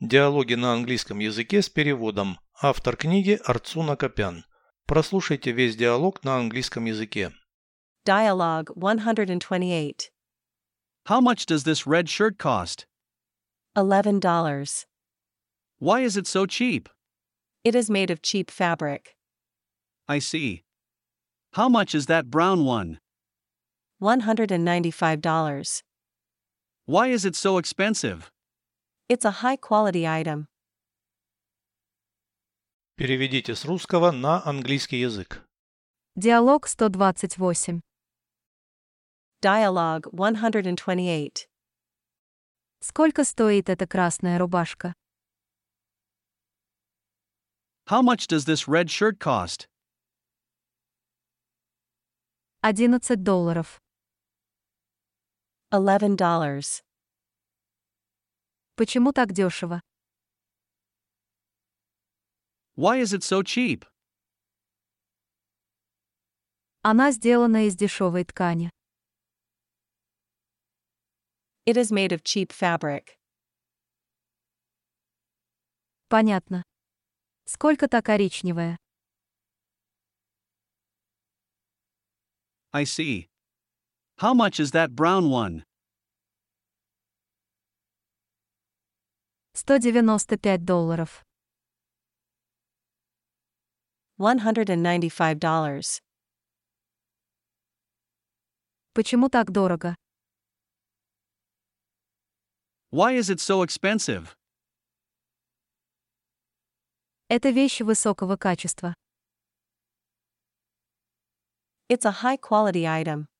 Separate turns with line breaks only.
Диалоги на английском языке с переводом. Автор книги Арцуна Копян. Прослушайте весь диалог на английском языке.
Dialogue 128.
How much does this red shirt cost?
$11.
Why is it so cheap?
It is made of cheap fabric.
I see. How much is that brown one?
$195.
Why is it so expensive?
It's a high quality item.
Переведите с русского на английский язык.
Диалог 128.
Dialogue 128.
Сколько стоит эта красная рубашка?
How much does this red shirt cost?
11 долларов.
$11.
Почему так дешево?
Why is it so cheap?
Она сделана из дешевой ткани.
It is made of cheap fabric.
Понятно. Сколько та коричневая?
I see. How much is that brown one?
195 долларов.
$195.
Почему так дорого?
Why is it so expensive?
Это вещь высокого качества.
It's a high quality item.